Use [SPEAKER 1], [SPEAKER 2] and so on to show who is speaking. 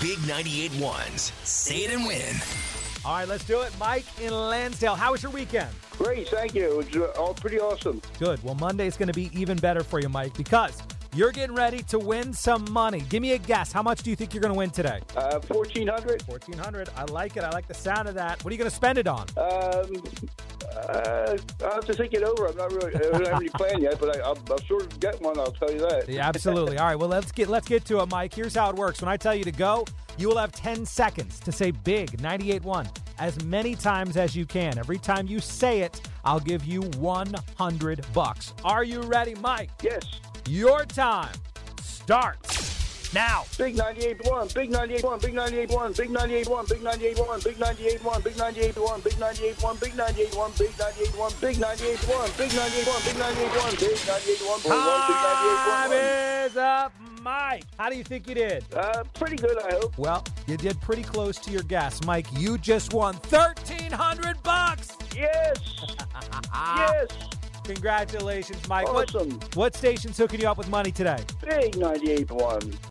[SPEAKER 1] Big 98.1's Say It and Win.
[SPEAKER 2] All right, let's do it. Mike in Lansdale, how was your weekend?
[SPEAKER 3] Great, thank you. It's uh, all pretty awesome.
[SPEAKER 2] Good. Well, Monday's going to be even better for you, Mike, because you're getting ready to win some money. Give me a guess. How much do you think you're going to win today?
[SPEAKER 3] Uh, 1400,
[SPEAKER 2] 1400. I like it. I like the sound of that. What are you going to spend it on?
[SPEAKER 3] um, uh, I'll have to think it over. I'm not really, I don't have any plan yet, but I, I'll, I'll sure get one, I'll tell you that.
[SPEAKER 2] Yeah, absolutely. All right, well, let's get let's get to it, Mike. Here's how it works. When I tell you to go, you will have 10 seconds to say big 98.1 as many times as you can. Every time you say it, I'll give you 100 bucks. Are you ready, Mike?
[SPEAKER 3] Yes,
[SPEAKER 2] Your time starts now.
[SPEAKER 3] Big 98.1, Big 98.1, Big 98.1, Big 98.1, Big 98.1, Big 98.1, Big 98.1, Big 98.1, Big 98.1, Big 98.1, Big 98.1, Big 98.1, Big 98.1, Big 98.1, Big 98.1,
[SPEAKER 2] Time
[SPEAKER 3] Big 98.1.
[SPEAKER 2] is up, Mike. How do you think you did?
[SPEAKER 3] Uh, pretty good, I hope.
[SPEAKER 2] Well, you did pretty close to your guess, Mike. You just won 1300 bucks.
[SPEAKER 3] Yes, yes,
[SPEAKER 2] Congratulations, Mike. What-
[SPEAKER 3] awesome.
[SPEAKER 2] What station's hooking you up with money today?
[SPEAKER 3] Big 98.1.